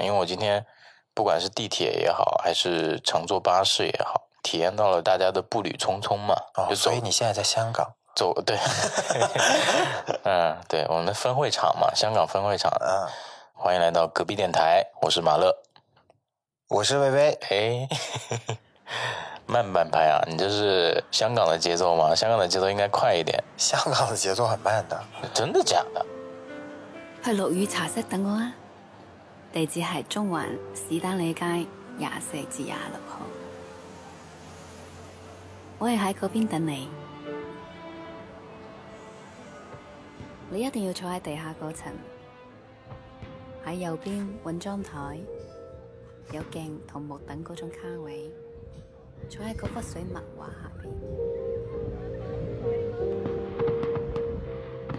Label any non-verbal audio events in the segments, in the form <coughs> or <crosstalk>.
因为我今天不管是地铁也好，还是乘坐巴士也好，体验到了大家的步履匆匆嘛。哦，就走所以你现在在香港，走对， <laughs> 嗯，对，我们的分会场嘛，香港分会场。嗯，欢迎来到隔壁电台，我是马乐。我是薇薇，哎，慢半拍啊，你这是香港的节奏吗？香港的节奏应该快一点。香港的节奏很慢的，真的假的？去陸羽茶室等我啊！地址係中環史丹利街廿四至廿六號。我係喺嗰邊等你。你一定要坐喺地下嗰層，喺右邊揾張台，有鏡同木凳嗰種卡位，坐喺嗰幅水墨畫下邊。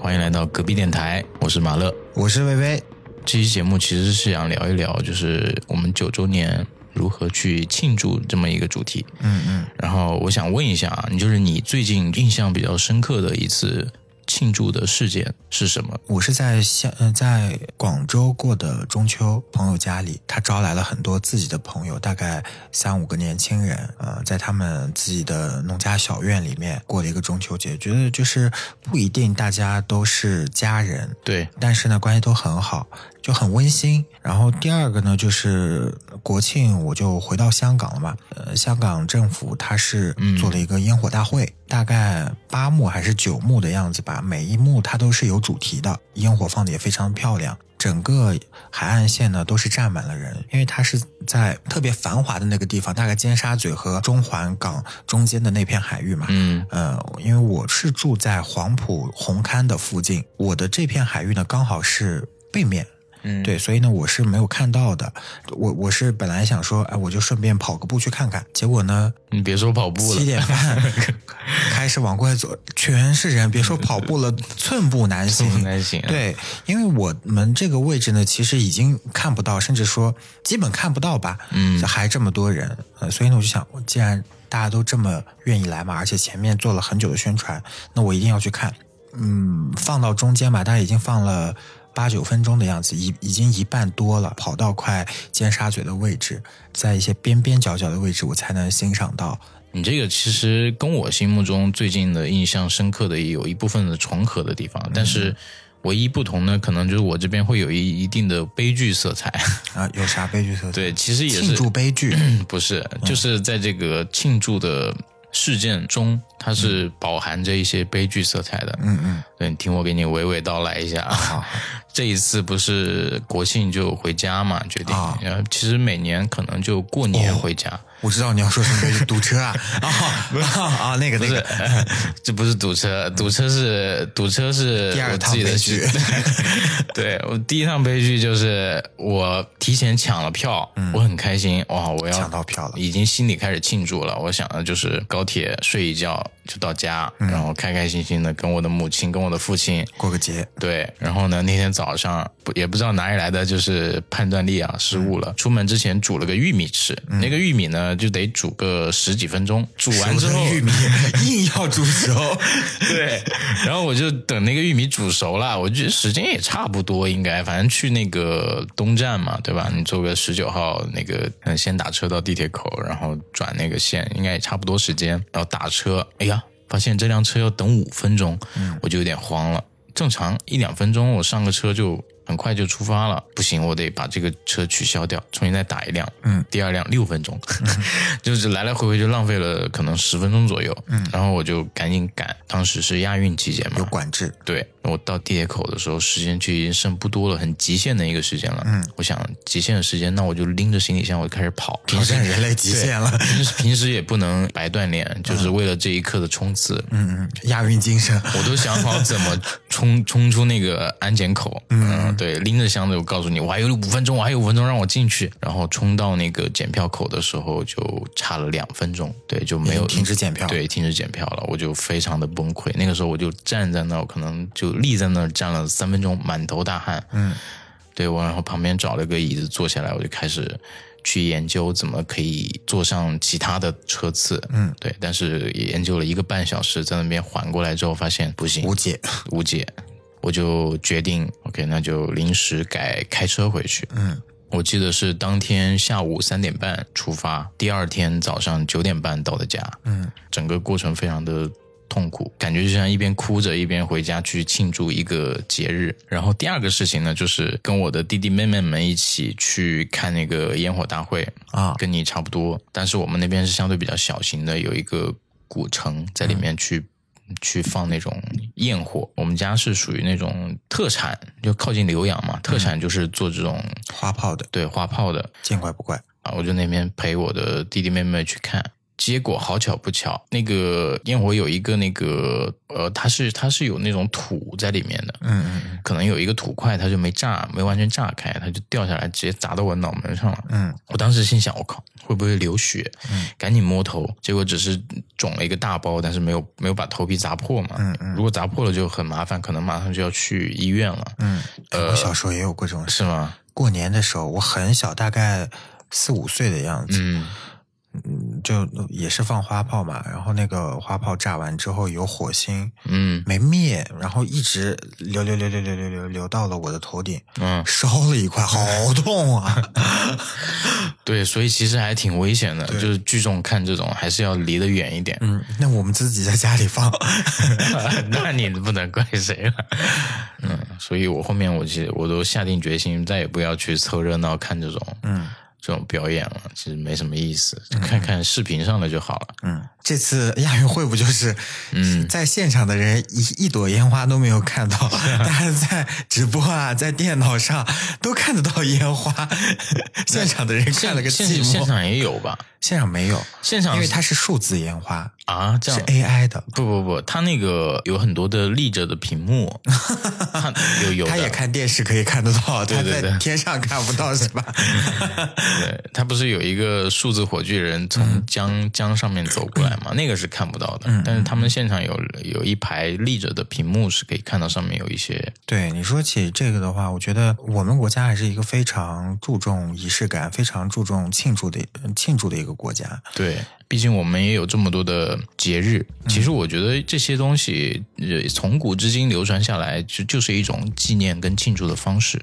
欢迎来到隔壁电台，我是马乐。我是薇薇，这期节目其实是想聊一聊，就是我们九周年如何去庆祝这么一个主题。嗯嗯，然后我想问一下啊，你就是你最近印象比较深刻的一次庆祝的事件是什么？我是在香呃在广州过的中秋，朋友家里，他招来了很多自己的朋友，大概三五个年轻人，呃，在他们自己的农家小院里面过了一个中秋节，觉得就是不一定大家都是家人，对，但是呢，关系都很好，就很温馨。然后第二个呢，就是国庆我就回到香港了嘛，呃，香港政府它是嗯做了一个烟火大会，大概八幕还是九幕的样子吧，每一幕它都是有主题的，烟火放的也非常漂亮。整个海岸线呢都是站满了人，因为它是在特别繁华的那个地方，大概尖沙咀和中环港中间的那片海域嘛，嗯呃，因为我是住在黄埔红磡的附近，我的这片海域呢刚好是背面，嗯，对，所以呢我是没有看到的。我我是本来想说，哎，我就顺便跑个步去看看，结果呢你别说跑步了七，点半 <laughs> 开始往过来走，全是人，别说跑步了，寸步难行，很难行。，对，因为我们这个位置呢，其实已经看不到，甚至说基本看不到吧。嗯还这么多人，呃，所以呢，我就想，既然大家都这么愿意来嘛，而且前面做了很久的宣传，那我一定要去看。嗯，放到中间吧，大概已经放了八九分钟的样子，已已经一半多了，跑到快尖沙咀的位置，在一些边边角角的位置，我才能欣赏到。你这个其实跟我心目中最近的印象深刻的也有一部分的重合的地方，嗯但是唯一不同呢，可能就是我这边会有一一定的悲剧色彩。 <laughs> 啊、有啥悲剧色彩？对，，其实也庆是祝悲 <clears throat> 剧。不是，就是在这个庆祝的事件中，它是饱含着一些悲剧色彩的。嗯嗯，对，你听我给你娓娓道来一下。啊好， <laughs> 这一次不是国庆就回家嘛，决定。啊哦然后其实每年可能就过年回家，我知道你要说什么悲剧，<laughs> 堵车啊，啊啊啊，那个不那是个，， <laughs> 这不是堵车，堵车是堵车是第二我趟自己的悲剧事。 <laughs> 对我第一趟悲剧就是我提前抢了票，我很开心，哇，我要嗯抢到票了已经心里开始庆祝了。我想的就是高铁睡一觉就到家，嗯然后开开心心的跟我的母亲、跟我的父亲过个节，对，然后呢，那天早上不也不知道哪里来的，就是判断力啊失误嗯了。出门之前煮了个玉米吃，那个玉米呢就得煮个十几分钟，煮完之后熟的玉米硬要煮熟，对，然后我就等那个玉米煮熟了，我觉得时间也差不多，应该反正去那个东站嘛，对吧？你坐个十九号那个，嗯，先打车到地铁口，然后转那个线，应该也差不多时间。然后打车，哎呀，发现这辆车要等五分钟，我就有点慌了。正常一两分钟，我上个车就很快就出发了。不行，我得把这个车取消掉，重新再打一辆。嗯，第二辆六分钟， <laughs> 就是来来回回就浪费了可能十分钟左右。嗯，然后我就赶紧赶，当时是亚运期间嘛，有管制，对我到地铁口的时候，时间就已经剩不多了，很极限的一个时间了。嗯，我想极限的时间，那我就拎着行李箱，我就开始跑。挑战人类极限了。平时平时也不能白锻炼，就是为了这一刻的冲刺。嗯嗯，亚运精神，我都想好怎么冲冲出那个安检口。嗯，对，拎着箱子，我告诉你，我还有五分钟，我还有五分钟让我进去。然后冲到那个检票口的时候，就差了两分钟，对，就没有已经停止检票对，停止检票了，我就非常的崩溃。那个时候我就站在那儿，我可能就立在那儿站了三分钟，满头大汗。嗯，对我，然后旁边找了个椅子坐下来，我就开始。去研究怎么可以坐上其他的车次，嗯，对，但是也研究了一个半小时，在那边缓过来之后，发现不行，无解。无解，我就决定 OK，那就临时改开车回去。嗯，我记得是当天下午三点半出发，第二天早上九点半到的家。嗯，整个过程非常的痛苦，感觉就像一边哭着一边回家去庆祝一个节日。然后第二个事情呢，就是跟我的弟弟妹妹们一起去看那个烟火大会啊跟你差不多，但是我们那边是相对比较小型的，有一个古城在里面去、去放那种焰火。我们家是属于那种特产，就靠近浏阳嘛，特产就是做这种、花炮的，对花炮的。见怪不怪。啊，我就那边陪我的弟弟妹妹去看。结果好巧不巧，那个烟火有一个那个呃，它是它是有那种土在里面的，嗯嗯嗯可能有一个土块，它就没炸，没完全炸开，它就掉下来，直接砸到我脑门上了。嗯，我当时心想，我靠，会不会流血？嗯赶紧摸头，结果只是肿了一个大包，但是没有没有把头皮砸破嘛。嗯嗯如果砸破了就很麻烦，可能马上就要去医院了，嗯，我小时候也有过这种事。呃是吗？过年的时候，我很小，大概四五岁的样子，嗯嗯，就也是放花炮嘛。然后那个花炮炸完之后有火星嗯没灭，然后一直流流流流流流流流到了我的头顶，嗯，烧了一块，好痛 <laughs> 啊！对，所以其实还挺危险的，对就是聚众看这种还是要离得远一点。嗯，那我们自己在家里 <laughs> 放， <laughs> 那你不能怪谁了。嗯，所以我后面我其实我都下定决心，再也不要去凑热闹看这种嗯这种表演了，其实没什么意思，就看看视频上的就好了。嗯，这次亚运会不就是，嗯在现场的人一一朵烟花都没有看 <laughs> 到，大家在直播啊，在电脑上都看得到 <laughs> 烟花，现场的人看了个现寂现现寞，场也有吧？现场没有，现场因为它是数字烟花，啊，这是哎样 AI 的，不不不，他那个有很多的立着的屏 <laughs> 幕，它有有的他也看电视可以看得到，对他对在对天上看不到是 <laughs> 吧？对，他不是有一个数字火炬人从江、江上面走过来嘛？那个是看不到的，但是他们现场有有一排立着的屏幕是可以看到上面有一些，对你说起这个的话，我觉得我们国家还是一个非常注重仪式感、非常注重庆祝的呃庆祝的一个国家。对，毕竟我们也有这么多的节日。其实我觉得这些东西，呃，从古至今流传下来，就就是一种纪念跟庆祝的方式。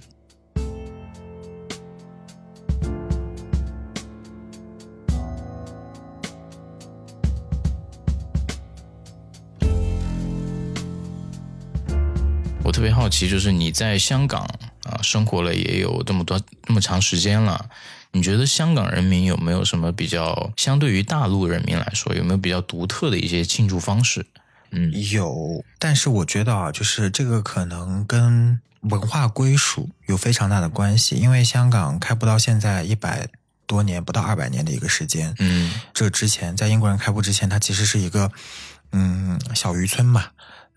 我特别好奇，就是你在香港啊生活了也有这么多那么长时间了，你觉得香港人民有没有什么比较相对于大陆人民来说，有没有比较独特的一些庆祝方式？嗯有，但是我觉得啊，就是这个可能跟文化归属有非常大的关系，因为香港开埠到现在一百多年，不到二百年的一个时间。嗯这之前在英国人开埠之前，它其实是一个嗯小渔村嘛。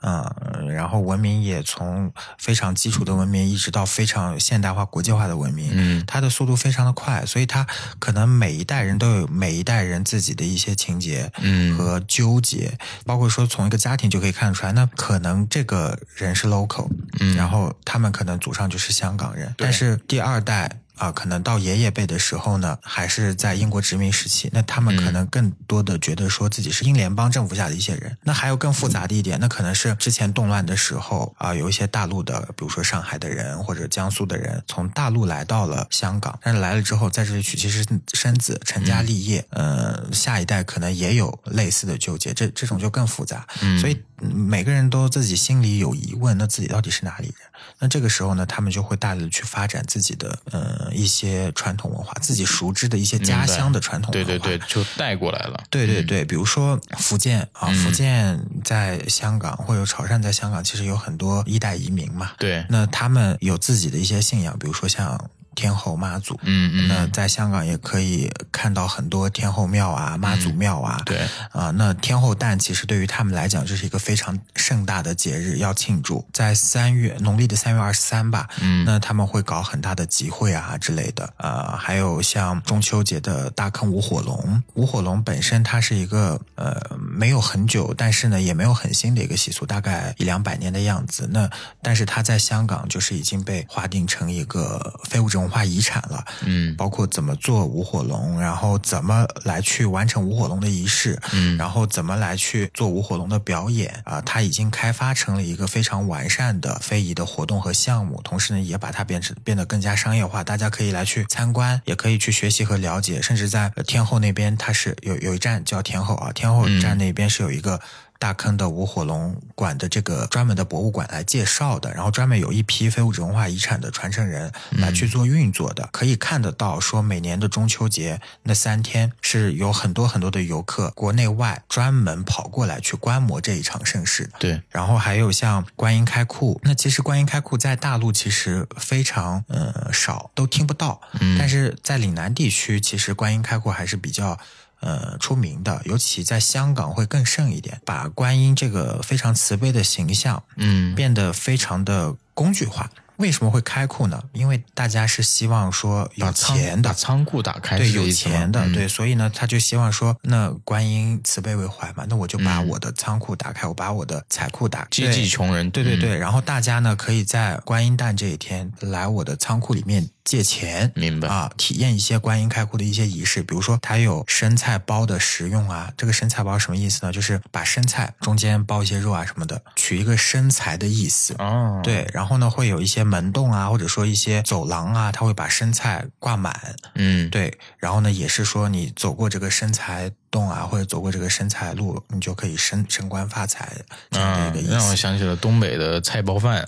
嗯，然后文明也从非常基础的文明，一直到非常现代化、国际化的文明。嗯它的速度非常的快，所以它可能每一代人都有每一代人自己的一些情节嗯和纠结，包括说从一个家庭就可以看出来，那可能这个人是 local，嗯，然后他们可能祖上就是香港人，对但是第二代。啊，可能到爷爷辈的时候呢，还是在英国殖民时期，那他们嗯可能更多的觉得说自己是英联邦政府下的一些人。那还有更复杂的一点，那可能是之前动乱的时候啊，有一些大陆的，比如说上海的人或者江苏的人，从大陆来到了香港，但是来了之后在这里娶妻生生子、嗯成家立业，呃，下一代可能也有类似的纠结，这这种就更复杂。所以嗯每个人都自己心里有疑问，那自己到底是哪里人？那这个时候呢，他们就会大力的去发展自己的呃一些传统文化，自己熟知的一些家乡的传统文对化。对对，嗯就带过来了。对对对，比如说福建啊，嗯福建在香港或者潮汕在香港，其实有很多一代移民嘛。对，那他们有自己的一些信仰，比如说像天后妈祖。嗯嗯，那在香港也可以看到很多天后庙啊、妈祖庙啊，嗯对，啊、那天后诞其实对于他们来讲，这是一个非常盛大的节日，要庆祝。在三月农历的三月二十三吧，嗯那他们会搞很大的集会啊之类的。呃，还有像中秋节的大坑舞火龙，舞火龙本身它是一个呃没有很久，但是呢也没有很新的一个习俗，大概一两百年的样子。那但是它在香港就是已经被划定成一个非物质文化遗产了，嗯包括怎么做舞火龙，然后怎么来去完成舞火龙的仪式，嗯然后怎么来去做舞火龙的表演啊、它已经开发成了一个非常完善的非遗的活动和项目，同时呢，也把它变成变得更加商业化，大家可以来去参观，也可以去学习和了解，甚至在呃天后那边，它是有有一站叫天后啊，天后站那边是有一个。大坑的舞火龙馆的这个专门的博物馆来介绍的，然后专门有一批非物质文化遗产的传承人来去做运作的，可以看得到说每年的中秋节那三天是有很多很多的游客国内外专门跑过来去观摩这一场盛世的。对，然后还有像观音开库，那其实观音开库在大陆其实非常呃少，都听不到。嗯但是在岭南地区，其实观音开库还是比较。呃，出名的，尤其在香港会更盛一点，把观音这个非常慈悲的形象嗯变得非常的工具化。为什么会开库呢？因为大家是希望说有把仓钱的把，仓库打开对是这有意思吗，钱的，嗯对，，所以呢，他就希望说，那观音慈悲为怀嘛，那我就把嗯我的仓库打开，我把我的财库打开，接济对穷人，对对嗯，对，然后大家呢可以在观音诞这一天来我的仓库里面借钱。嗯明白，啊，体验一些观音开库的一些仪式，比如说它有生菜包的食用啊。这个生菜包什么意思呢？就是把生菜中间包一些肉啊什么的，取一个生财的意思。哦，对，然后呢会有一些门洞啊，或者说一些走廊啊，它会把生菜挂满。嗯，对，然后呢，也是说你走过这个生财洞啊，或者走过这个生财路，你就可以升升官发财这样的一嗯个，意思。让我想起了东北的菜包饭，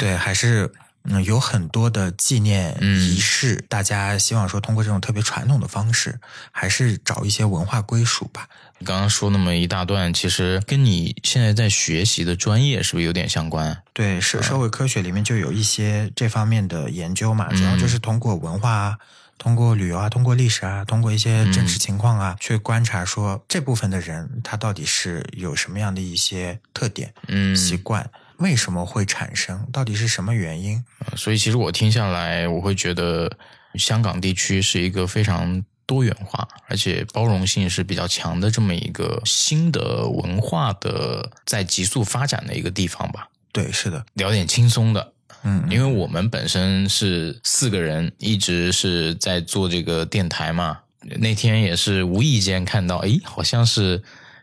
对，还是嗯有很多的纪念嗯仪式，大家希望说通过这种特别传统的方式，还是找一些文化归属吧。刚刚说那么一大段，其实跟你现在在学习的专业是不是有点相关啊？对，社社会科学里面就有一些这方面的研究嘛，主嗯要就是通过文化啊。通过旅游啊，通过历史啊，通过一些嗯真实情况啊，去观察说这部分的人他到底是有什么样的一些特点、嗯，习惯，为什么会产生，到底是什么原因？所以其实我听下来，我会觉得香港地区是一个非常多元化，而且包容性是比较强的这么一个新的文化的在急速发展的一个地方吧。对，是的，聊点轻松的，嗯，因为我们本身是四个人，一直是在做这个电台嘛。那天也是无意间看到，诶，好像是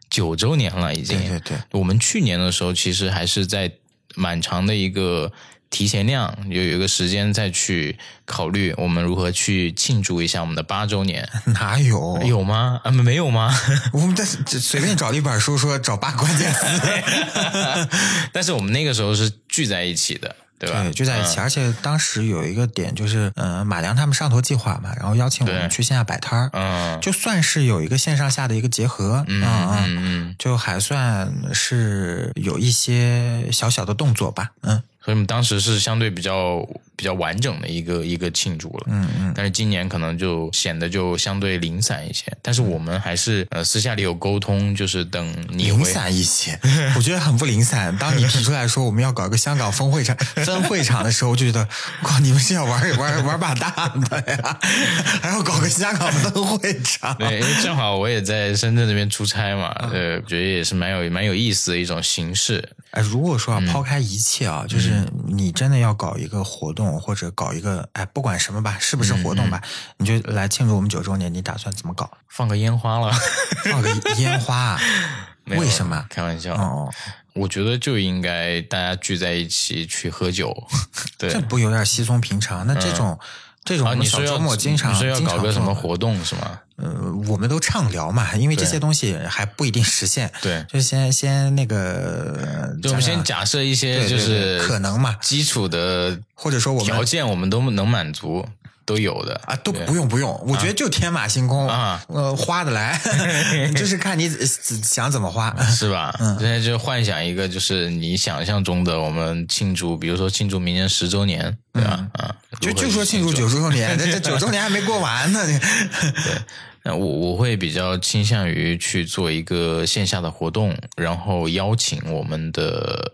九周年了，已经。对对对，我们去年的时候，其实还是在蛮长的一个提前量，有有一个时间再去考虑我们如何去庆祝一下我们的八周年。哪有有吗？啊，没有吗？ <laughs> 我们这这随便找了一本书说找八关键词，但是我们那个时候是聚在一起的， <laughs> 对吧？嗯对，就在一起。而啊且当时有一个点就是，嗯、马良他们上头计划嘛，然后邀请我对们去线下摆摊儿，嗯。嗯，就算是有一个线上下的一个结合，嗯嗯嗯，嗯，就还算是有一些小小的动作吧，嗯所以我们当时是相对比较比较完整的一个一个庆祝了。嗯嗯，但是今年可能就显得就相对零散一些，但是我们还是呃私下里有沟通，就是等你零回散一些，我觉得很不零散。当你提出来说我们要搞一个香港 <laughs> 分会场分会场的时候，我就觉得哇，你们是要玩玩玩把大的呀，还要搞个香港分会场，对，因为正好我也在深圳这边出差嘛，嗯呃，觉得也是蛮有蛮有意思的一种形式。哎，如果说啊，嗯抛开一切啊，就是你真的要搞一个活动，或者搞一个，哎，不管什么吧，是不是嗯活动吧，你就来庆祝我们九周年，你打算怎么搞？放个烟花了，放个烟花啊？ <laughs> 没有 <laughs> 为什么？开玩笑，哦，我觉得就应该大家聚在一起去喝酒。 <laughs> 对嗯这不有点稀松平常？那这种、这种啊，我你们小说要周末经常你说要经搞常个什么做活动是吗？呃，我们都畅聊嘛，因为这对些东西还不一定实现。对就先先那个，就我们讲先讲假设一些对就对是对可能嘛基础的或者说我条们件，我们都能满足，都有的啊，都对不用不用，我觉得就天马行空啊呃，花得 <laughs> 来，就是看你呃想怎么花。是吧？嗯现在就幻想一个，就是你想象中的我们庆祝，比如说庆祝明年十周年，对吧？啊，嗯就如何就说去庆祝九 <laughs> 周年，这这九周年还没过完呢。那我我会比较倾向于去做一个线下的活动，然后邀请我们的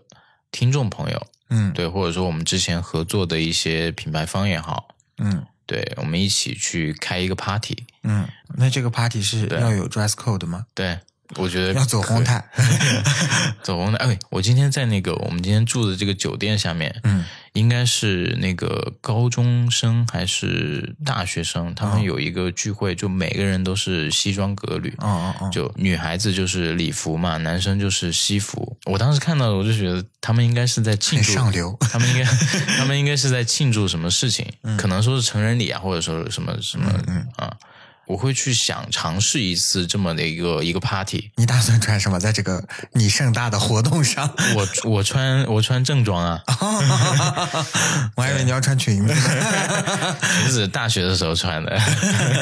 听众朋友，嗯对，或者说我们之前合作的一些品牌方也好，嗯对，我们一起去开一个 party。嗯，那这个 party 是要有 dress code 吗？对，我觉得要走可红以， <laughs> 毯？走红毯。哎，我今天在那个我们今天住的这个酒店下面，嗯，应该是那个高中生还是大学生，他们嗯有一个聚会，就每个人都是西装革履，嗯嗯嗯，就女孩子就是礼服嘛，男生就是西服。我当时看到了，我就觉得他们应该是在庆很祝上流。他们应该，他们应该是在庆祝什么事情，嗯可能说是成人礼啊，或者说什么什么、啊，我会去想尝试一次这么的一个一个 party。你打算穿什么？在这个你盛大的活动上，我我穿我穿正装啊，我还以为你要穿 <laughs> 裙子呢。裙子大学的时候穿的。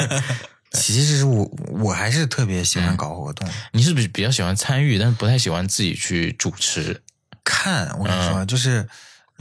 <laughs> 其实我我还是特别喜欢搞活动，你是不是比较喜欢参与，但是不太喜欢自己去主持？看我跟你说，就是。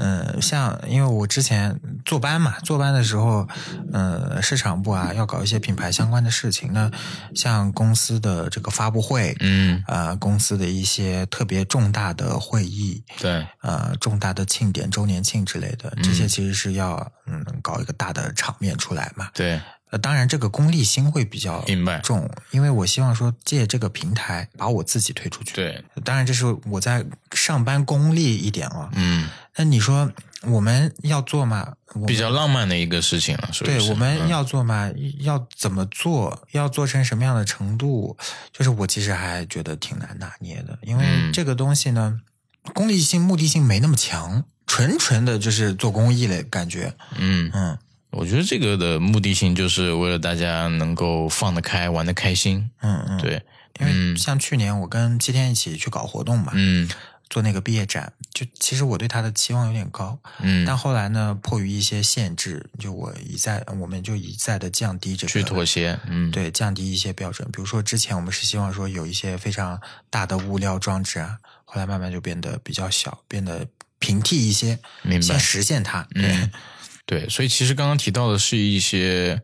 嗯，像因为我之前坐班嘛，坐班的时候，呃，市场部啊要搞一些品牌相关的事情呢，像公司的这个发布会，嗯，呃，公司的一些特别重大的会议，对，呃，重大的庆典、周年庆之类的，这些其实是要嗯搞一个大的场面出来嘛。对，呃，当然这个功利心会比较明白重，因为我希望说借这个平台把我自己推出去。，对，当然这是我在上班功利一点啊。嗯，那你说我们要做嘛？我们比较浪漫的一个事情了，属于对，是我们嗯要做嘛，要怎么做，要做成什么样的程度，就是我其实还觉得挺难拿捏的，因为嗯这个东西呢，功利性、目的性没那么强，纯纯的就是做公益的感觉。嗯，嗯，我觉得这个的目的性就是为了大家能够放得开，玩得开心。嗯嗯，，对，因为嗯像去年我跟七天一起去搞活动嘛，嗯做那个毕业展，就其实我对他的期望有点高，嗯，但后来呢，迫于一些限制，就我一再，我们就一再的降低这个去妥协，嗯，，对，降低一些标准。比如说之前我们是希望说有一些非常大的物料装置啊，后来慢慢就变得比较小，变得平替一些，明白先。实现它。嗯，对，所以其实刚刚提到的是一些，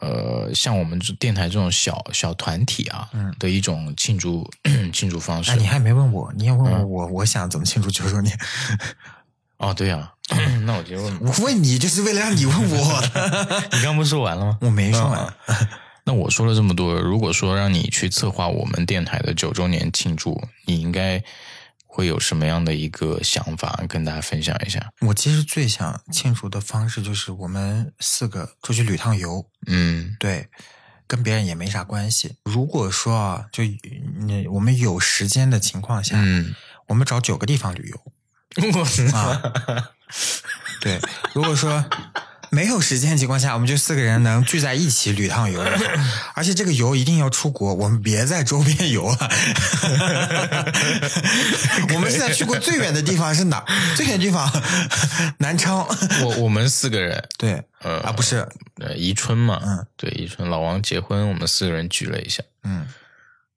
呃，像我们这电台这种小小团体啊、嗯的一种庆祝 <clears throat> 庆祝方式那。你还没问我，你也问我，嗯我我想怎么庆祝九周年？哦，对啊， <coughs> 那我就问吧，我问你就是为了让你问我的， <laughs> 你刚不是说完了吗？我没说嗯完。 <coughs> 那我说了这么多，如果说让你去策划我们电台的九周年庆祝，你应该会有什么样的一个想法跟大家分享一下？我其实最想庆祝的方式就是我们四个出去旅趟游， <laughs> 嗯对，跟别人也没啥关系。如果说啊，就嗯我们有时间的情况下，嗯，我们找九个地方旅游。 <laughs> 我啊，对，如果说没有时间的情况下，我们就四个人能聚在一起旅趟游，而且这个游一定要出国，我们别在周边游了。 <laughs> 我们现在去过最远的地方是哪儿？最远地方南昌。我我们四个人，对，呃啊，不是，呃，宜春嘛，嗯，对，宜春老王结婚，我们四个人聚了一下，嗯，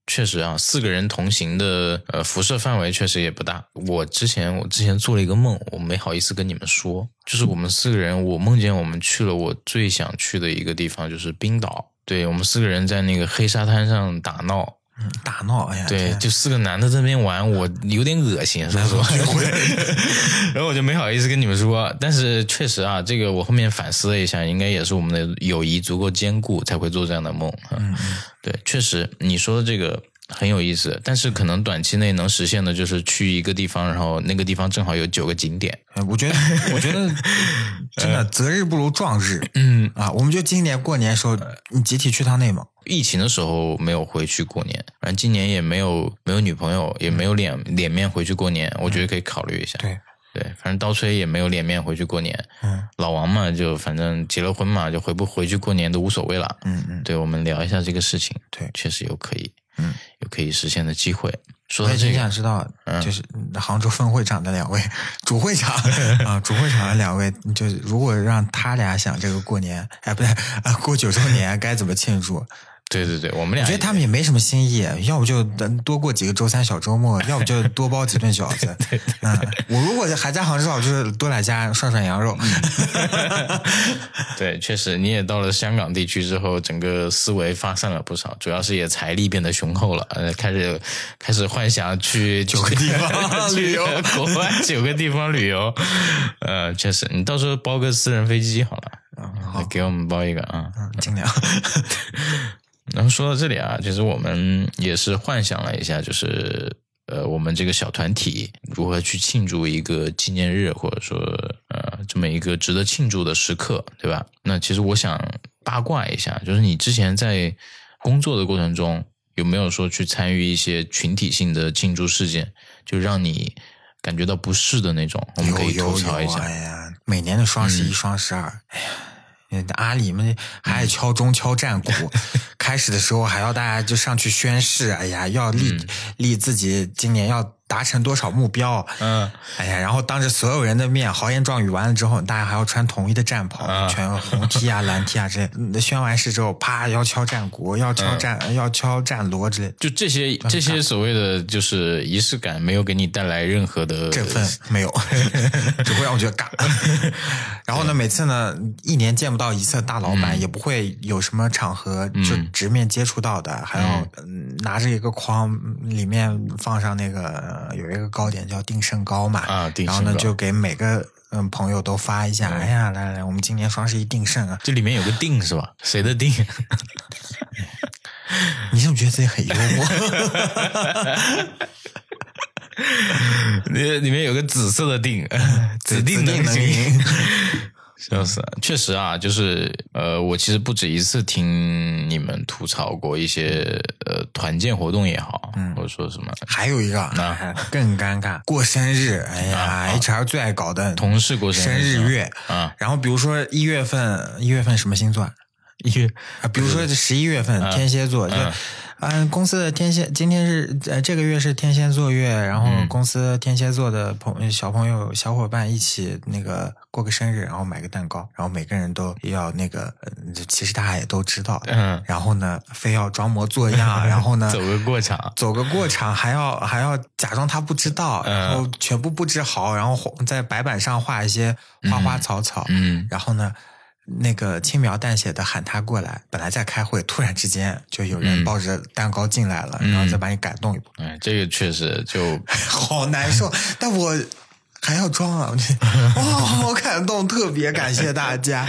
确实啊，四个人同行的呃辐射范围确实也不大。我之前我之前做了一个梦，我没好意思跟你们说，就是我们四个人，我梦见我们去了我最想去的一个地方，就是冰岛。对我们四个人在那个黑沙滩上打闹，嗯大闹，哎呀， <laughs> 对，天就四个男的在那边玩，我有点恶 <laughs> 心，说实话。然后我就没好意思跟你们说，但是确实啊，这个我后面反思了一下，应该也是我们的友谊足够坚固才会做这样的梦。嗯，对，确实你说的这个很有意思，但是可能短期内能实现的就是去一个地方，然后那个地方正好有九个景点。呃我觉得，我觉 <laughs> 得真的择日不如撞日。呃 <clears throat> 嗯，呃啊，我们就今年过年的时候，你集体去趟内蒙。疫情的时候没有回去过年，反正今年也没有没有女朋友，也没有脸脸面回去过年，我觉得可以考虑一下。对，对，反正刀吹也没有脸面回去过年。嗯老王嘛，就反正结了婚嘛，就回不回去过年都无所谓了。嗯嗯，对，我们聊一下这个事情。对确实有可以，嗯，有可以实现的机会。说我到也这真个想，知道，嗯就是 <laughs> 杭州分会长的两位主会 <laughs> 长啊，主会长的两位，就是如果让他俩想这个过年，哎，不对，啊，过九周年该怎么庆祝？我对对对，我们俩觉得他们也没什么新意，要不就多过几个周三小周末，要不就多包几顿饺 <laughs> 子。嗯，我如果还在杭州，我就是多来家涮涮羊肉。嗯对，确实你也到了香港地区之后，整个思维发散了不少，主要是也财力变得雄厚了，呃，开始开始幻想 <laughs> 去九个地 <laughs> 方旅游，国外九个地方旅游。呃，确实，你到时候包个私人飞机好了，嗯嗯好给我们包一个啊。嗯，尽量。然后说到这里啊，其实我们也是幻想了一下，就是呃，我们这个小团体如何去庆祝一个纪念日，或者说呃这么一个值得庆祝的时刻，对吧？那其实我想八卦一下，就是你之前在工作的过程中，有没有说去参与一些群体性的庆祝事件，就让你感觉到不适的那种？我们可以有吐有有槽一下。哎呀，每年的双十一、双十二，哎呀。阿里们还爱敲钟敲 <laughs> 战鼓，开始的时候还要大家就上去宣誓，哎呀，要立、立自己今年要达成多少目标，嗯，哎呀，然后当着所有人的面豪言壮语完了之后，大家还要穿统一的战袍，啊全红 T 啊、蓝 T 啊之类的。宣完誓之后，啪要敲战鼓，要敲战、嗯要敲战锣之类的，就这些这些所谓的就是仪式感，没有给你带来任何的振奋没有， <laughs> 只会让我觉得尬。 <laughs> 然后呢，每次呢，一年见不到一次的大老板，也不会有什么场合就直面接触到的，还要嗯拿着一个筐，嗯里面放上那个呃有一个糕点叫定胜糕嘛，啊定然后胜呢糕就给每个嗯朋友都发一下，哎呀，来来来，我们今年双十一定胜啊！这里面有个定是吧？ <laughs> 谁的定？你是不是觉得自己很幽默？ <laughs> 里里面有个紫色的 <laughs> 定，对指定指定能赢 <laughs> 赢。笑死了！确实啊，就是呃，我其实不止一次听你们吐槽过一些呃团建活动也好，或者说什么 <laughs> 还有一个、啊更尴尬，过生日，哎呀、h r 最爱搞的同事过生生日日月啊，然后比如说一月份，一月份什么星座啊？一月啊比如说十一月份天蝎座，就嗯嗯，公司的天蝎今天是呃这个月是天蝎座月，然后嗯公司天蝎座的朋小朋友小伙伴一起那个过个生日，然后买个蛋糕，然后每个人都要那个，呃其实大家也都知道，嗯然后呢非要装模作样，然后 <laughs> 呢走个过场，走个过场，还要还要假装他不知道，嗯然后全部布置好，然后在白板上画一些花花草草，嗯然后呢，那个轻描淡写的喊他过来。本来在开会，突然之间就有人嗯抱着蛋糕进来了，嗯然后再把你感动一波，哎，这个确实就 <laughs> <laughs> 好难受。但我还要装啊！我这哦，好感动，特别感谢 <laughs> 大家。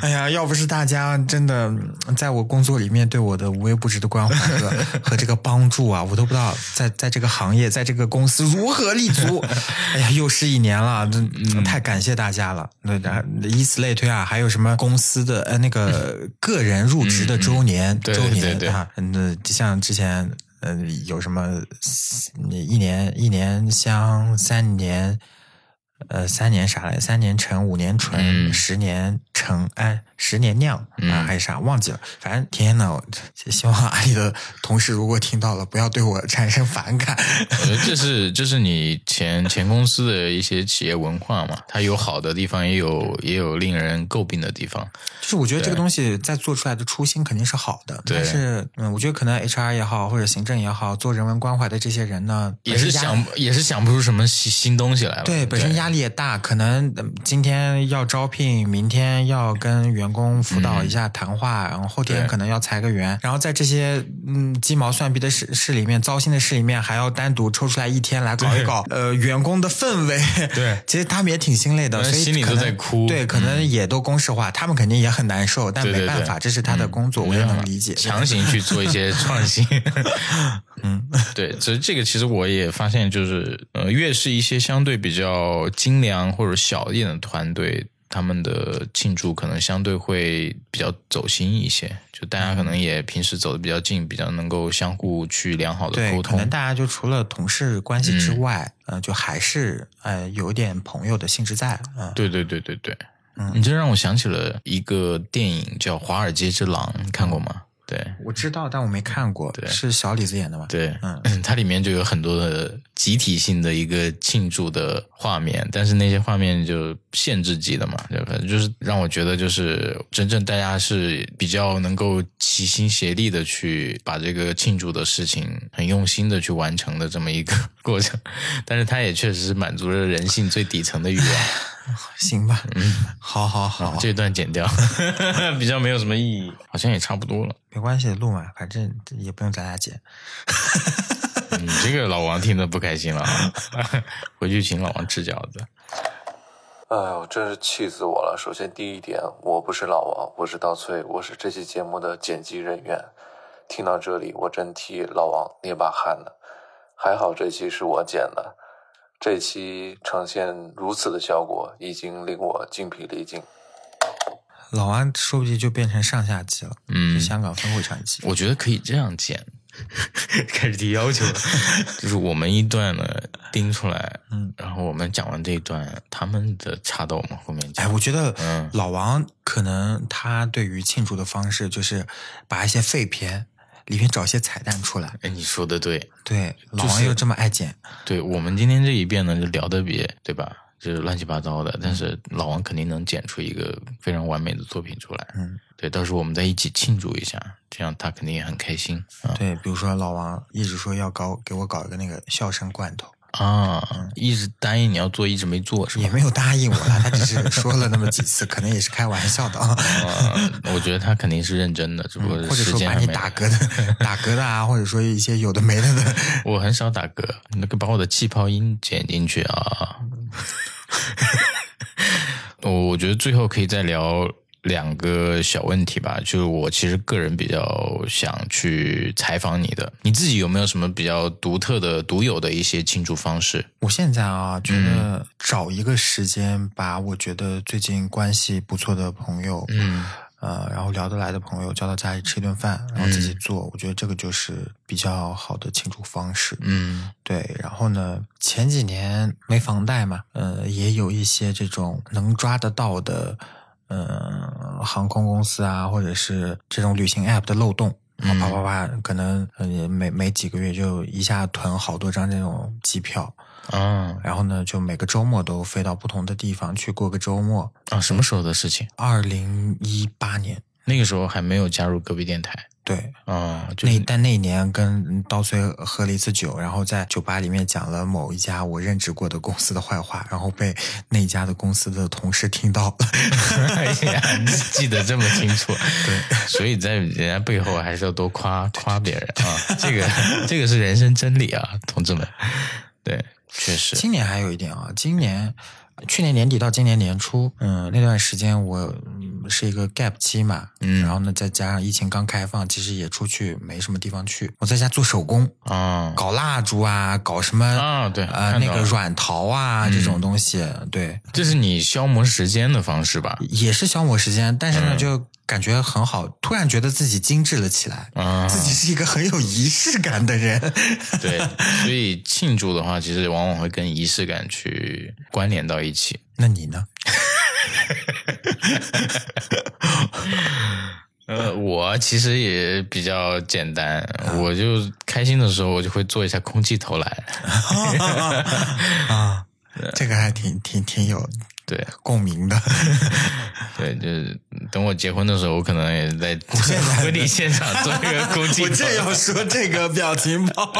哎呀，要不是大家真的嗯在我工作里面对我的无微不至的关怀和和这个帮助啊，我都不知道在在这个行业，在这个公司如何 <laughs> 立足。哎呀，又是一年了，这太感谢大家了。那然以此类推啊，还有什么公司的呃那个个人入职的周年、嗯对周对年对对啊，那像之前。呃，有什么一年一年香，三年呃，三年啥来？三年陈，五年醇，嗯十年陈，哎，十年酿、啊，嗯还是啥忘记了。反正天呐，我希望阿里的同事如果听到了，不要对我产生反感。 <laughs> 我觉得这是这是你前前公司的一些企业文化嘛，它有好的地方，也有也有令人诟病的地方。就是我觉得这对个东西在做出来的初心肯定是好的，对但是嗯，我觉得可能 HR 也好，或者行政也好，做人文关怀的这些人呢，也本身是压想也是想不出什么新新东西来了。对，本身压力也大，可能嗯今天要招聘，明天要跟员工辅导一下谈话，然后后天嗯对可能要裁个员，然后在这些嗯鸡毛蒜皮的事事里面，糟心的事里面，还要单独抽出来一天来搞一 <laughs> 搞，呃，员工的氛围。对 <laughs> 其实他们也挺心累的，反正所以心里可都能在哭嗯对，可能也都公式化，他们肯定也很难受，但对对对没嗯办法，这是他的工作，我也没办能法理解。强行去做一些创 <laughs> 新。嗯， <laughs> 对，这这个其实我也发现，就是呃，越是一些相对比较精良或者小一点的团队，他们的庆祝可能相对会比较走心一些，就大家可嗯能也平时走的比较近，比较能够相互去良好的对，沟可通能。大家就除了同事关系之外，嗯、呃，就还是呃有点朋友的性质在，嗯、对对对对对，你这让我想起了一个电影叫《华尔街之狼》，你看过吗？对，我知道，但我没看过，嗯对是小李子演的吗？，对，嗯 <laughs> 它里面就有很多的集体性的一个庆祝的画面，但是那些画面就限制级的嘛，对吧？就是让我觉得，就是真正大家是比较能够齐心协力的去把这个庆祝的事情很用心的去完成的这么一个 <laughs> 过程，但是它也确实是满足了人性最底层的欲望。行吧， <laughs> 好好好，嗯啊这段剪掉，比较没有什么意义，好像也差不多了。没关系，录嘛，反正也不用咱俩剪。你嗯这个老王听得不开心了啊， <laughs> 回去请老王吃饺子。哎呦，真是气死我了！首先第一点，我不是老王，我是稻穗，我是这期节目的剪辑人员。听到这里，我真替老王捏把汗呢。还好这期是我剪的。这期呈现如此的效果，已经令我精疲力尽。老王说不定就变成上下级了，嗯是香港分会上一期。我觉得可以这样 <laughs> 剪，开始提要求了。 <laughs> 就是我们一段呢盯出来，嗯，然后我们讲完这一段，他们的插到我们后面哎，讲。我觉得嗯老王可能他对于庆祝的方式就是把一些废片里面找一些彩蛋出来。哎，你说的对，对，老就王是啊又这么爱剪，对我们今天这一遍呢，就聊的别对吧？就是乱七八糟的，但是老王肯定能剪出一个非常完美的作品出来。嗯，对，到时候我们再一起庆祝一下，这样他肯定也很开心啊对，比如说老王一直说要搞给我搞一个那个笑声罐头，啊！一直答应你要做，一直没做是吧也？没有答应我啦，他只是说了那么几次，可能也是开玩笑的啊。啊，我觉得他肯定是认真的，只不过嗯或是者时说间把还你没打嗝 <laughs> 的打嗝的啊，或者说一些有的没的的，我很少打嗝，那个把我的气泡音剪进去啊。我我觉得最后可以再聊两个小问题吧，就是我其实个人比较想去采访你的，你自己有没有什么比较独特的、独有的一些庆祝方式？ <laughs> 我现在啊，觉嗯得找一个时间，把我觉得最近关系不错的朋友，嗯，呃，然后聊得来的朋友叫到家里吃一顿饭，然后嗯自己做，我觉得这个就是比较好的庆祝方式。嗯对，然后呢，前几年没房贷嘛，呃，也有一些这种能抓得到的，呃，航空公司啊，或者是这种旅行 app 的漏洞。然后啪啪啪，可能呃每每几个月就一下囤好多张这种机票，啊然后呢，就每个周末都飞到不同的地方去过个周末。啊，什么时候的事情？二零一八年，那个时候还没有加入隔壁电台对，啊，就那是但那一年跟刀碎喝了一次酒，然后在酒吧里面讲了某一家我任职过的公司的坏话，然后被那家的公司的同事听到了。 <laughs> 哎呀，你记得这么清楚，对，所以在人家背后还是要多夸夸别人啊，这个这个是人生真理啊，同志们，对，确实， <laughs> 今年还有一点啊，今年去年年底到今年年初，嗯，那段时间我、嗯、是一个 gap 期嘛，嗯然后呢，再加上疫情刚开放，其实也出去没什么地方去，我在家做手工，啊搞蜡烛啊，搞什么啊，对，呃，看那到个了嗯软陶啊，这种东西，对，这是你消磨时间的方式吧？也是消磨时间，但是呢，嗯就感觉很好，突然觉得自己精致了起来，啊， <laughs> 自己是一个很有仪式感 <laughs> 的人。对，所以庆祝的话，其实往往会跟仪式感去关联到一起。那你呢？呃，我其实也比较简单，我就开心的时候，我就会做一下空气投篮。啊，这个还挺挺挺有对，共鸣 <laughs> 的。对，就是等我结婚的时候，我可能也在婚礼现场做一个空气 <laughs> 我投正篮。要说这个表情 <laughs> 包。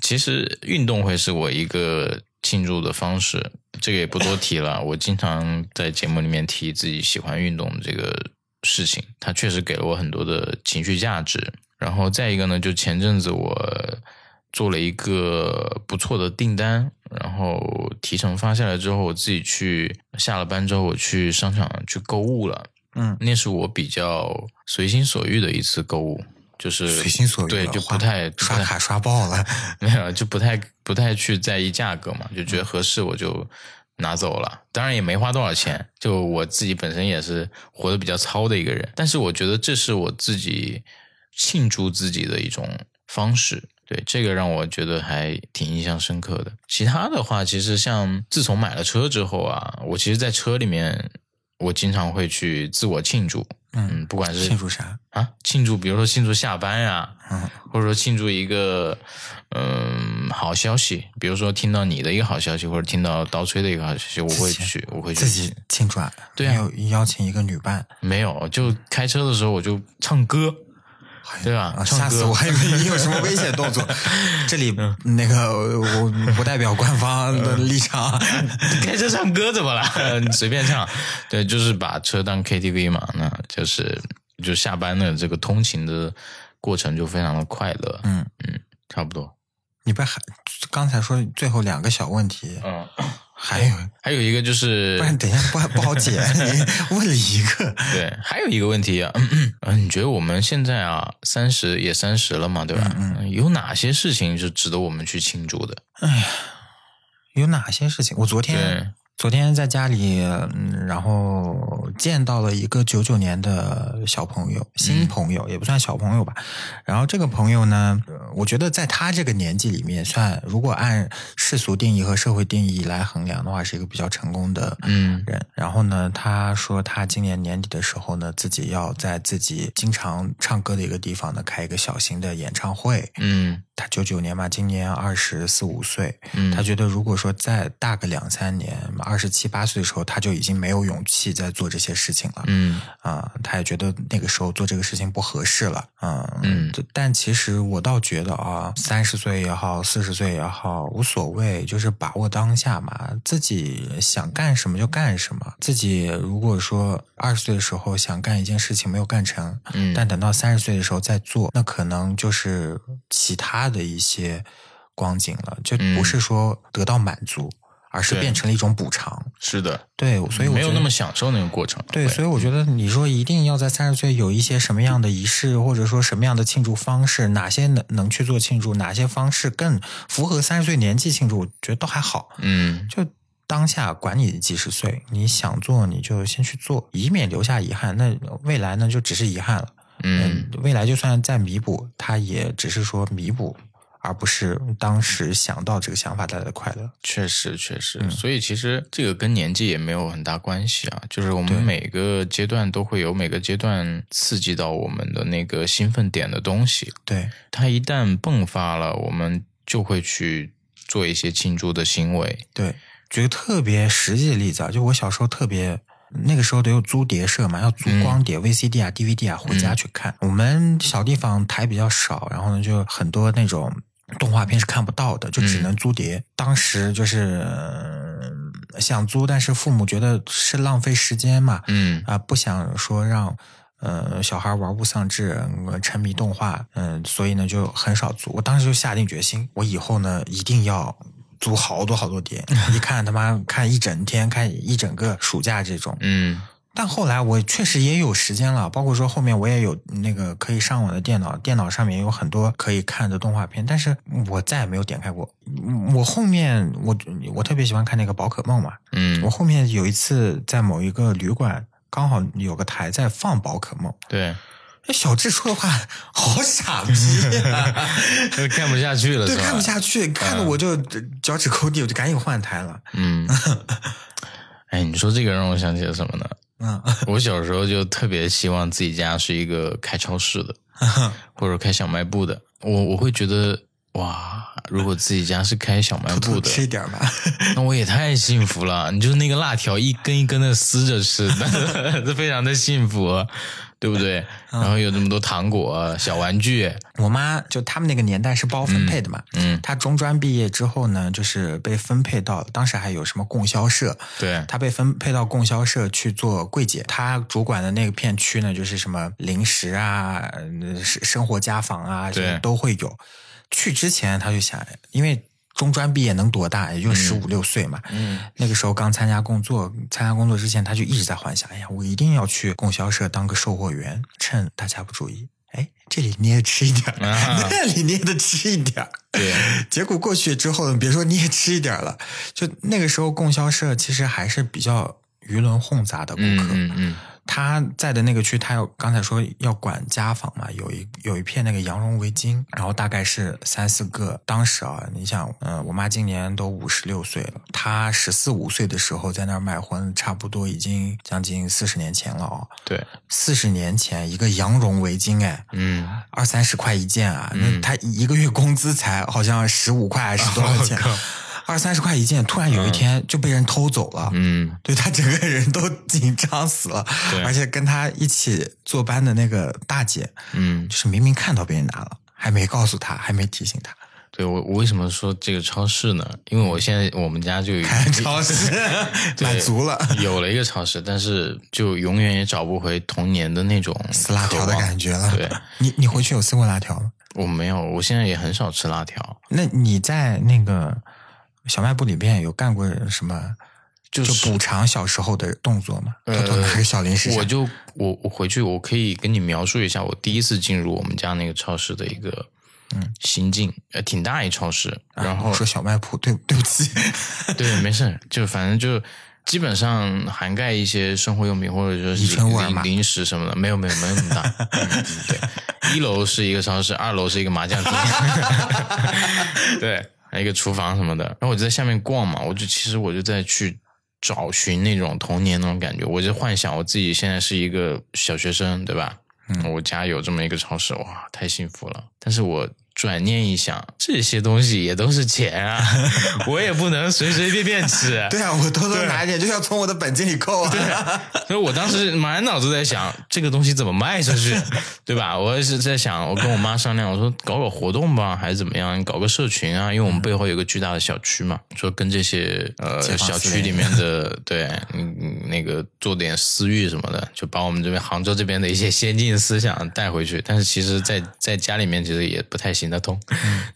其实运动会是我一个庆祝的方式，这个也不多提了。我经常在节目里面提自己喜欢运动这个事情，它确实给了我很多的情绪价值。然后再一个呢，就前阵子我做了一个不错的订单，然后提成发下来之后，我自己去下了班之后，我去商场去购物了。嗯，那是我比较随心所欲的一次购物，就是随心所欲对，了就花不太不刷太卡刷爆了。没有，就不太不太去在意价格嘛，就觉嗯得合适我就拿走了。当然也没花多少钱，就我自己本身也是活得比较糙的一个人，但是我觉得这是我自己庆祝自己的一种方式。对，这个让我觉得还挺印象深刻的。其他的话，其实像自从买了车之后啊，我其实，在车里面，我经常会去自我庆祝。嗯，嗯，不管是庆祝啥？啊，庆祝，比如说庆祝下班呀、嗯或者说庆祝一个嗯好消息，比如说听到你的一个好消息，或者听到刀吹的一个好消息，我会自己去，我会去自己庆祝啊？对啊没有邀请一个女伴，没有，就开车的时候我就唱歌， <laughs> 对吧？啊，唱歌嗯吓死我！还以为你有什么危险 <laughs> 动作。这里那个我我不代表官方的立场。开车唱歌怎么了？ <laughs> 你随便唱，对，就是把车当 KTV 嘛，那就是就下班的这个通勤的过程就非常的快乐，嗯嗯，差不多，你不是还刚才说最后两个小问题，嗯，还有，还有一个就是不然等一下不好不好 <laughs> 解。你问了一个，对，还有一个问题啊，呃你觉得我们现在啊，三十也三十了嘛，对吧？嗯有哪些事情是值得我们去庆祝的？有哪些事情？我昨对天昨天在家里，嗯，然后见到了一个九九年的小朋友，嗯新朋友、也不算小朋友吧。然后这个朋友呢，呃我觉得在他这个年纪里面算，如果按世俗定义和社会定义来衡量的话，是一个比较成功的嗯人。然后呢，他说他今年年底的时候呢，自己要在自己经常唱歌的一个地方呢，开一个小型的演唱会。嗯他九九年嘛，今年二十四五岁，嗯，他觉得如果说再大个两三年，二十七八岁的时候，他就已经没有勇气再做这些事情了。嗯啊、他也觉得那个时候做这个事情不合适了，嗯嗯，但其实我倒觉得啊，三十岁也好，四十岁也好，无所谓，就是把握当下嘛，自己想干什么就干什么。自己如果说二十岁的时候想干一件事情没有干成，嗯，但等到三十岁的时候再做，那可能就是其他的一些光景了，就嗯不是说得到满足，而是对变成了一种补偿。是的，对，所以我没有觉得那么享受那个过程。对，所以我觉得你说一定要在三十岁有一些什么样的仪式，或者说什么样的庆祝方式，哪些能能去做庆祝，哪些方式更符合三十岁年纪庆祝，我觉得都还好。嗯就当下，管你几十岁，你想做你就先去做，以免留下遗憾。那未来呢，就只是遗憾了。嗯，未来就算再弥补，它也只是说弥补，而不是当时想到这个想法带来的快乐。确实确实，嗯所以其实这个跟年纪也没有很大关系啊，就是我们对每个阶段都会有每个阶段刺激到我们的那个兴奋点的东西，对，它一旦迸发了，我们就会去做一些庆祝的行为。对，举个特别实际的例子啊，就我小时候特别。那个时候得有租碟社嘛，要租光碟、VCD 啊、DVD 啊，回家去看。我们小地方台比较少，然后呢，就很多那种动画片是看不到的，就只能租碟。当时就是、呃想租，但是父母觉得是浪费时间嘛，嗯啊、不想说让呃小孩玩物丧志、呃沉迷动画，嗯、所以呢就很少租。我当时就下定决心，我以后呢一定要租好多好多碟，一看他妈看一整天，看一整个暑假这种。嗯但后来我确实也有时间了，包括说后面我也有那个可以上网的电脑，电脑上面有很多可以看的动画片，但是我再也没有点开过。嗯我后面我我特别喜欢看那个宝可梦嘛，我嗯，后面有一次在某一个旅馆，刚好有个台在放宝可梦。对，那小智说的话好傻逼、啊， <laughs> 就看不下去了，对，是吧看不下去，看的我就脚趾抠地，我就赶紧换台了。嗯，哎，你说这个让我想起了什么呢？嗯我小时候就特别希望自己家是一个开超市 <laughs> 的，或者开小卖部的。我我会觉得哇，如果自己家是开小卖 <laughs> 多部的，吃一点吧。那我也太幸福了。你就是那个辣条一根一根的撕着吃， <laughs> 这非常的幸福，对不对？嗯然后有这么多糖果、小玩具，我妈就他们那个年代是包分配的嘛，嗯，她中专毕业之后呢，就是被分配到当时还有什么供销社，对，她被分配到供销社去做柜姐，她主管的那个片区呢，就是什么零食啊、嗯生生活家纺啊，这些对都会有。去之前，她就想，因为中专毕业能多大，也就十五六岁嘛，嗯那个时候刚参加工作，参加工作之前，他就一直在幻想，哎呀，我一定要去供销社当个售货员，趁大家不注意，哎，这里捏着吃一点儿，啊 <laughs> 那里捏着吃一点儿。对，结果过去之后呢，别说捏吃一点儿了，就那个时候供销社其实还是比较鱼龙混杂的顾嗯客。嗯嗯，他在的那个区，他要刚才说要管家纺嘛，有一有一片那个羊绒围巾，然后大概是三四个。当时啊，你想，嗯、我妈今年都五十六岁了，她十四五岁的时候在那儿卖婚，差不多已经将近四十年前了哦。对，四十年前一个羊绒围巾，哎，嗯，二三十块一件啊，嗯那他一个月工资才好像十五块还是多少 <laughs> 钱我哦靠，二三十块一件，突然有一天就被人偷走了，嗯，对他整个人都紧张死了对，而且跟他一起坐班的那个大姐，嗯就，是明明看到别人拿了，还没告诉他，还没提醒他，对我我为什么说这个超市呢？因为我现在我们家就有一还超市 <laughs> 满足了，有了一个超市，但是就永远也找不回童年的那种撕辣条的感觉。觉了。对，你你回去有撕过辣条吗？我没有，我现在也很少吃辣条。那你在那个小卖部里边有干过什么就呃就是补偿小时候的动作吗？偷偷拿个小零食啥的，我就我我回去我可以跟你描述一下我第一次进入我们家那个超市的一个嗯心境，呃，挺大一超市，啊然后、我说小卖部，对对不 <laughs> 起，对，没事，就反正就基本上涵盖一些生活用品或者说宜是春沃尔零玛零食什么的，没有没有没有那么大。嗯嗯对，一楼是一个超市，二楼是一个麻将厅， <laughs> 对，还有一个厨房什么的。然后我就在下面逛嘛，我就其实我就在去。找寻那种童年那种感觉，我就幻想我自己现在是一个小学生，对吧？嗯，我家有这么一个超市，哇，太幸福了。但是我转念一想，这些东西也都是钱啊， <laughs> 我也不能随随便便吃。对啊，我偷偷拿一点就要从我的本金里扣啊。 <laughs> 所以我当时满脑子在想，这个东西怎么卖出去，对吧？我也是在想，我跟我妈商量，我说搞搞活动吧，还是怎么样，搞个社群啊，因为我们背后有个巨大的小区嘛，说跟这些呃街坊小四区邻里面的对，嗯，嗯那个做点私域什么的，就把我们这边杭州这边的一些先进思想带回去。但是其实在，在家里面其实也不太行得通，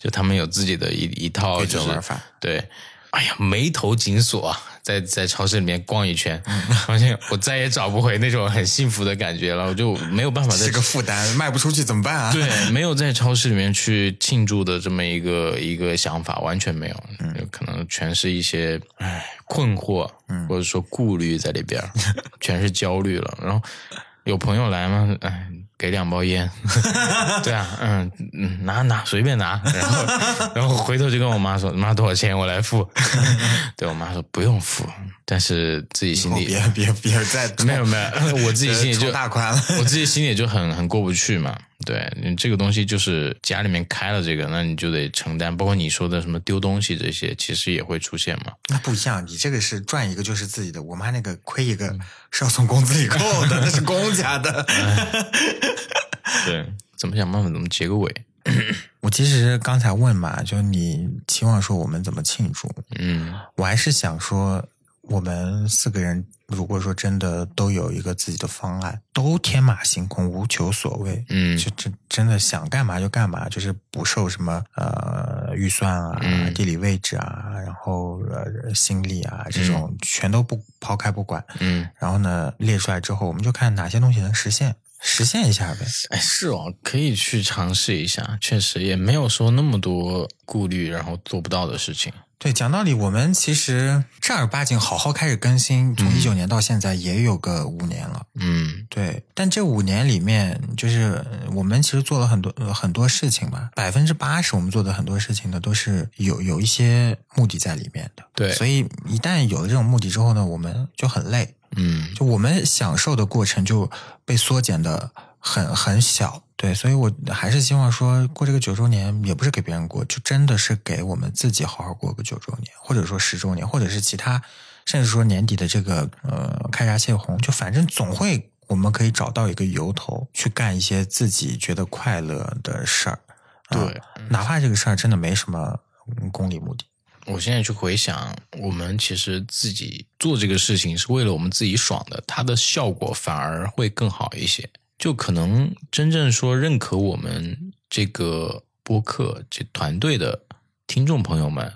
就他们有自己的一一套嗯规则就是玩法对，哎呀，眉头紧锁啊，在在超市里面逛一圈，发现我再也找不回那种很幸福的感觉了，我就没有办法 <laughs> 再是个负担，卖不出去怎么办啊？对，没有在超市里面去庆祝的这么一个一个想法，完全没有，有可能全是一些唉困惑，或者说顾虑在里边儿，全是焦虑了。然后有朋友来嘛，唉，给两包烟，对啊，嗯嗯，拿拿随便拿，然后然后回头就跟我妈说，妈多少钱我来付，对我妈说不用付，但是自己心哦，里别别别再 <laughs> 没有没有，我自己心里呃就冲 <laughs> 大款了我自己心里就很很过不去嘛。对，你这个东西就是家里面开了这个，那你就得承担，包括你说的什么丢东西这些，其实也会出现嘛。那不一样，你这个是赚一个就是自己的，我妈那个亏一嗯个是要从工资里扣的，那是公家 <laughs> 的。 <laughs> 哎对，怎么想办法怎么结个尾？我其实刚才问嘛，就你期望说我们怎么庆祝，嗯我还是想说，我们四个人如果说真的都有一个自己的方案，都天马行空，无求所谓，嗯就真真的想干嘛就干嘛，就是不受什么呃预算啊、嗯地理位置啊，然后呃心力啊这种、全都不抛开不管，嗯，然后呢列出来之后，我们就看哪些东西能实现，实现一下呗。哎，是哦，可以去尝试一下，确实也没有说那么多顾虑，然后做不到的事情。对，讲道理，我们其实正儿八经好好开始更新，从一九年到现在也有个五年了。嗯对，但这五年里面，就是呃我们其实做了很多、呃、很多事情嘛，百分之八十我们做的很多事情呢，都是有有一些目的在里面的。对所以一旦有了这种目的之后呢，我们就很累，嗯，就我们享受的过程就被缩减的很很小。对，所以我还是希望说，过这个九周年也不是给别人过，就真的是给我们自己好好过个九周年，或者说十周年，或者是其他，甚至说年底的这个呃开闸泄洪，就反正总会我们可以找到一个由头去干一些自己觉得快乐的事儿。啊对，哪怕这个事儿真的没什么嗯功利目的。我现在去回想，我们其实自己做这个事情是为了我们自己爽的，它的效果反而会更好一些。就可能真正说认可我们这个播客这团队的听众朋友们，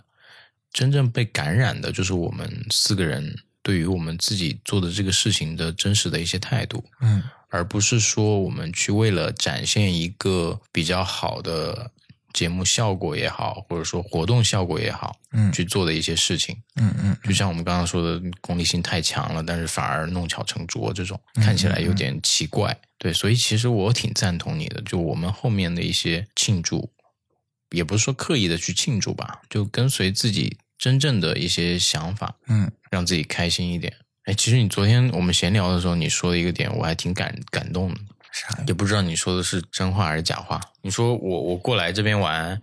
真正被感染的就是我们四个人对于我们自己做的这个事情的真实的一些态度。嗯，而不是说我们去为了展现一个比较好的节目效果也好，或者说活动效果也好，嗯去做的一些事情。嗯嗯就像我们刚刚说的，功利性太强了，但是反而弄巧成拙，这种嗯看起来有点奇怪。对，所以其实我挺赞同你的，就我们后面的一些庆祝，也不是说刻意的去庆祝吧，就跟随自己真正的一些想法，嗯，让自己开心一点。哎，其实你昨天我们闲聊的时候，你说的一个点，我还挺感感动的。啥呀？也不知道你说的是真话还是假话。你说我我过来这边玩，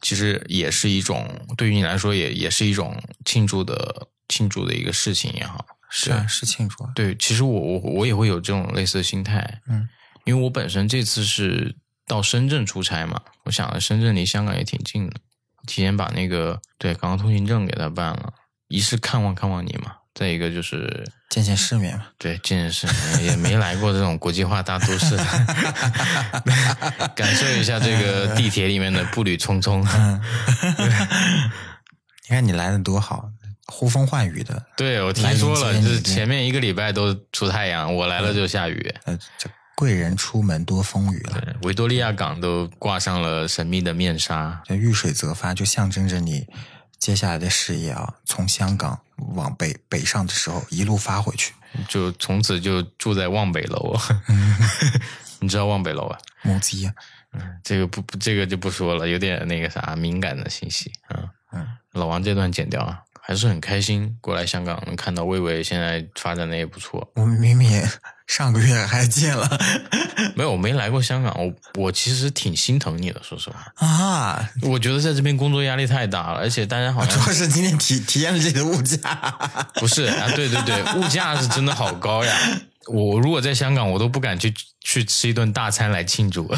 其实也是一种对于你来说也也是一种庆祝的庆祝的一个事情也好。是啊，是庆祝啊。对，其实我我我也会有这种类似的心态，嗯，因为我本身这次是到深圳出差嘛，我想着深圳离香港也挺近的，提前把那个对港澳通行证给他办了，一是看望看望你嘛，再一个就是见见世面嘛。对，见识也没来过这种国际化大都市， <laughs> 嗯感受一下这个地铁里面的步履匆匆。嗯，你看你来的多好，呼风唤雨的，对我听来说迎了，接你就是这前面一个嗯礼拜都出太阳，我来了就下雨。呃，这贵人出门多风雨了。对维多利亚港都挂上了神秘的面纱，这遇水则发，就象征着你接下来的事业啊，从香港往北北上的时候，一路发回去。就从此就住在望北楼。嗯 <laughs> 你知道望北楼吧？母鸡啊，这个不不，这个就不说了，有点那个啥敏感的信息啊。嗯，老王这段剪掉啊，还是很开心过来香港，能看到魏巍现在发展的也不错。我们明明也上个月还见了 <laughs> 没有，我没来过香港，我我其实挺心疼你的，说实 <laughs> 话，啊，我觉得在这边工作压力太大了，而且大家好主 <laughs> 像要是今天体体验了自己的物价，不是啊，对对对，物价是真的好高呀。我如果在香港，我都不敢去去吃一顿大餐来庆祝 <laughs>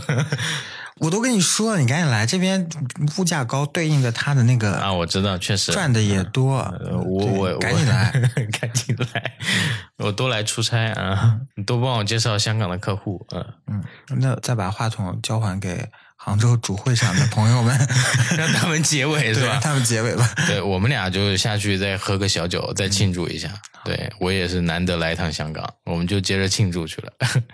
我都跟你说了，你赶紧来这边，物价高，对应的他的那啊！个我知道，确实赚的也多。呃，我对我我赶 <laughs> 紧来，，赶紧来，我多来出差啊！你多帮我介绍香港的客户，嗯、嗯，那再把话筒交还给杭州主会场的朋 <laughs> 友们， <laughs> 让他们结尾是对，吧让？他们结尾吧。对，我们俩就下去再喝个小酒，再庆祝一下。对我也是难得来一趟香港，我们就接着庆祝去了。 <laughs>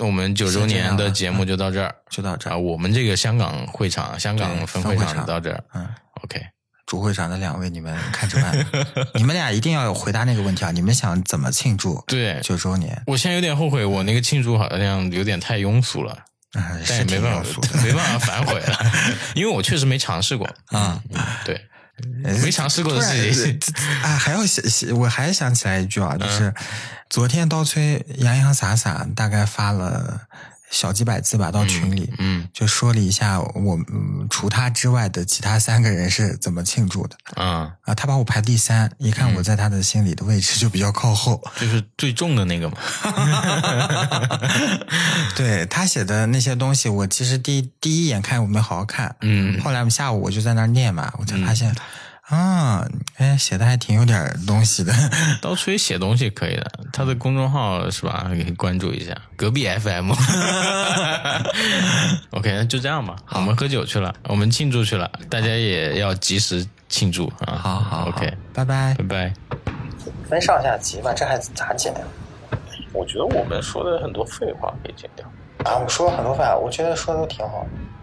那我们九周年的节目就到这儿就到这啊！儿。我们这个香港会场、香港对分分会会场场到这儿嗯， ，OK。主会场的两位，你们看着办。你们俩一定要有回答那个问题啊！你们想怎么庆祝对，九周年？我现在有点后悔，我那个庆祝好像有点太庸俗了。嗯，但也没是挺办庸俗法，没办法反悔了，因为我确实没尝试过啊嗯对，的。没尝试过的事情突然啊，还要想，我还想起来一句啊，嗯就是昨天刀崔洋洋洒洒大概发了小几百字吧到群里，嗯就说了一下我嗯除他之外的其他三个人是怎么庆祝的啊，啊。他把我排第三，一看我在他的心里的位置就比较靠后。就是最重的那个嘛， <laughs> 对他写的那些东西，我其实第一第一眼看我没好好看，嗯后来我们下午我就在那儿念嘛，我才发现。啊，哎，写的还挺有点东西的，刀吹写东西可以的，他的公众号是吧？可以关注一下，隔壁 <laughs> FM。OK，那就这样吧，我们喝酒去了，我们庆祝去了，大家也要及时庆祝啊！好好好 OK，拜拜拜。拜。分上下集吧，这还咋剪掉？我觉得我们说的很多废话可以剪掉。啊，我说了很多话，我觉得说的都挺好的。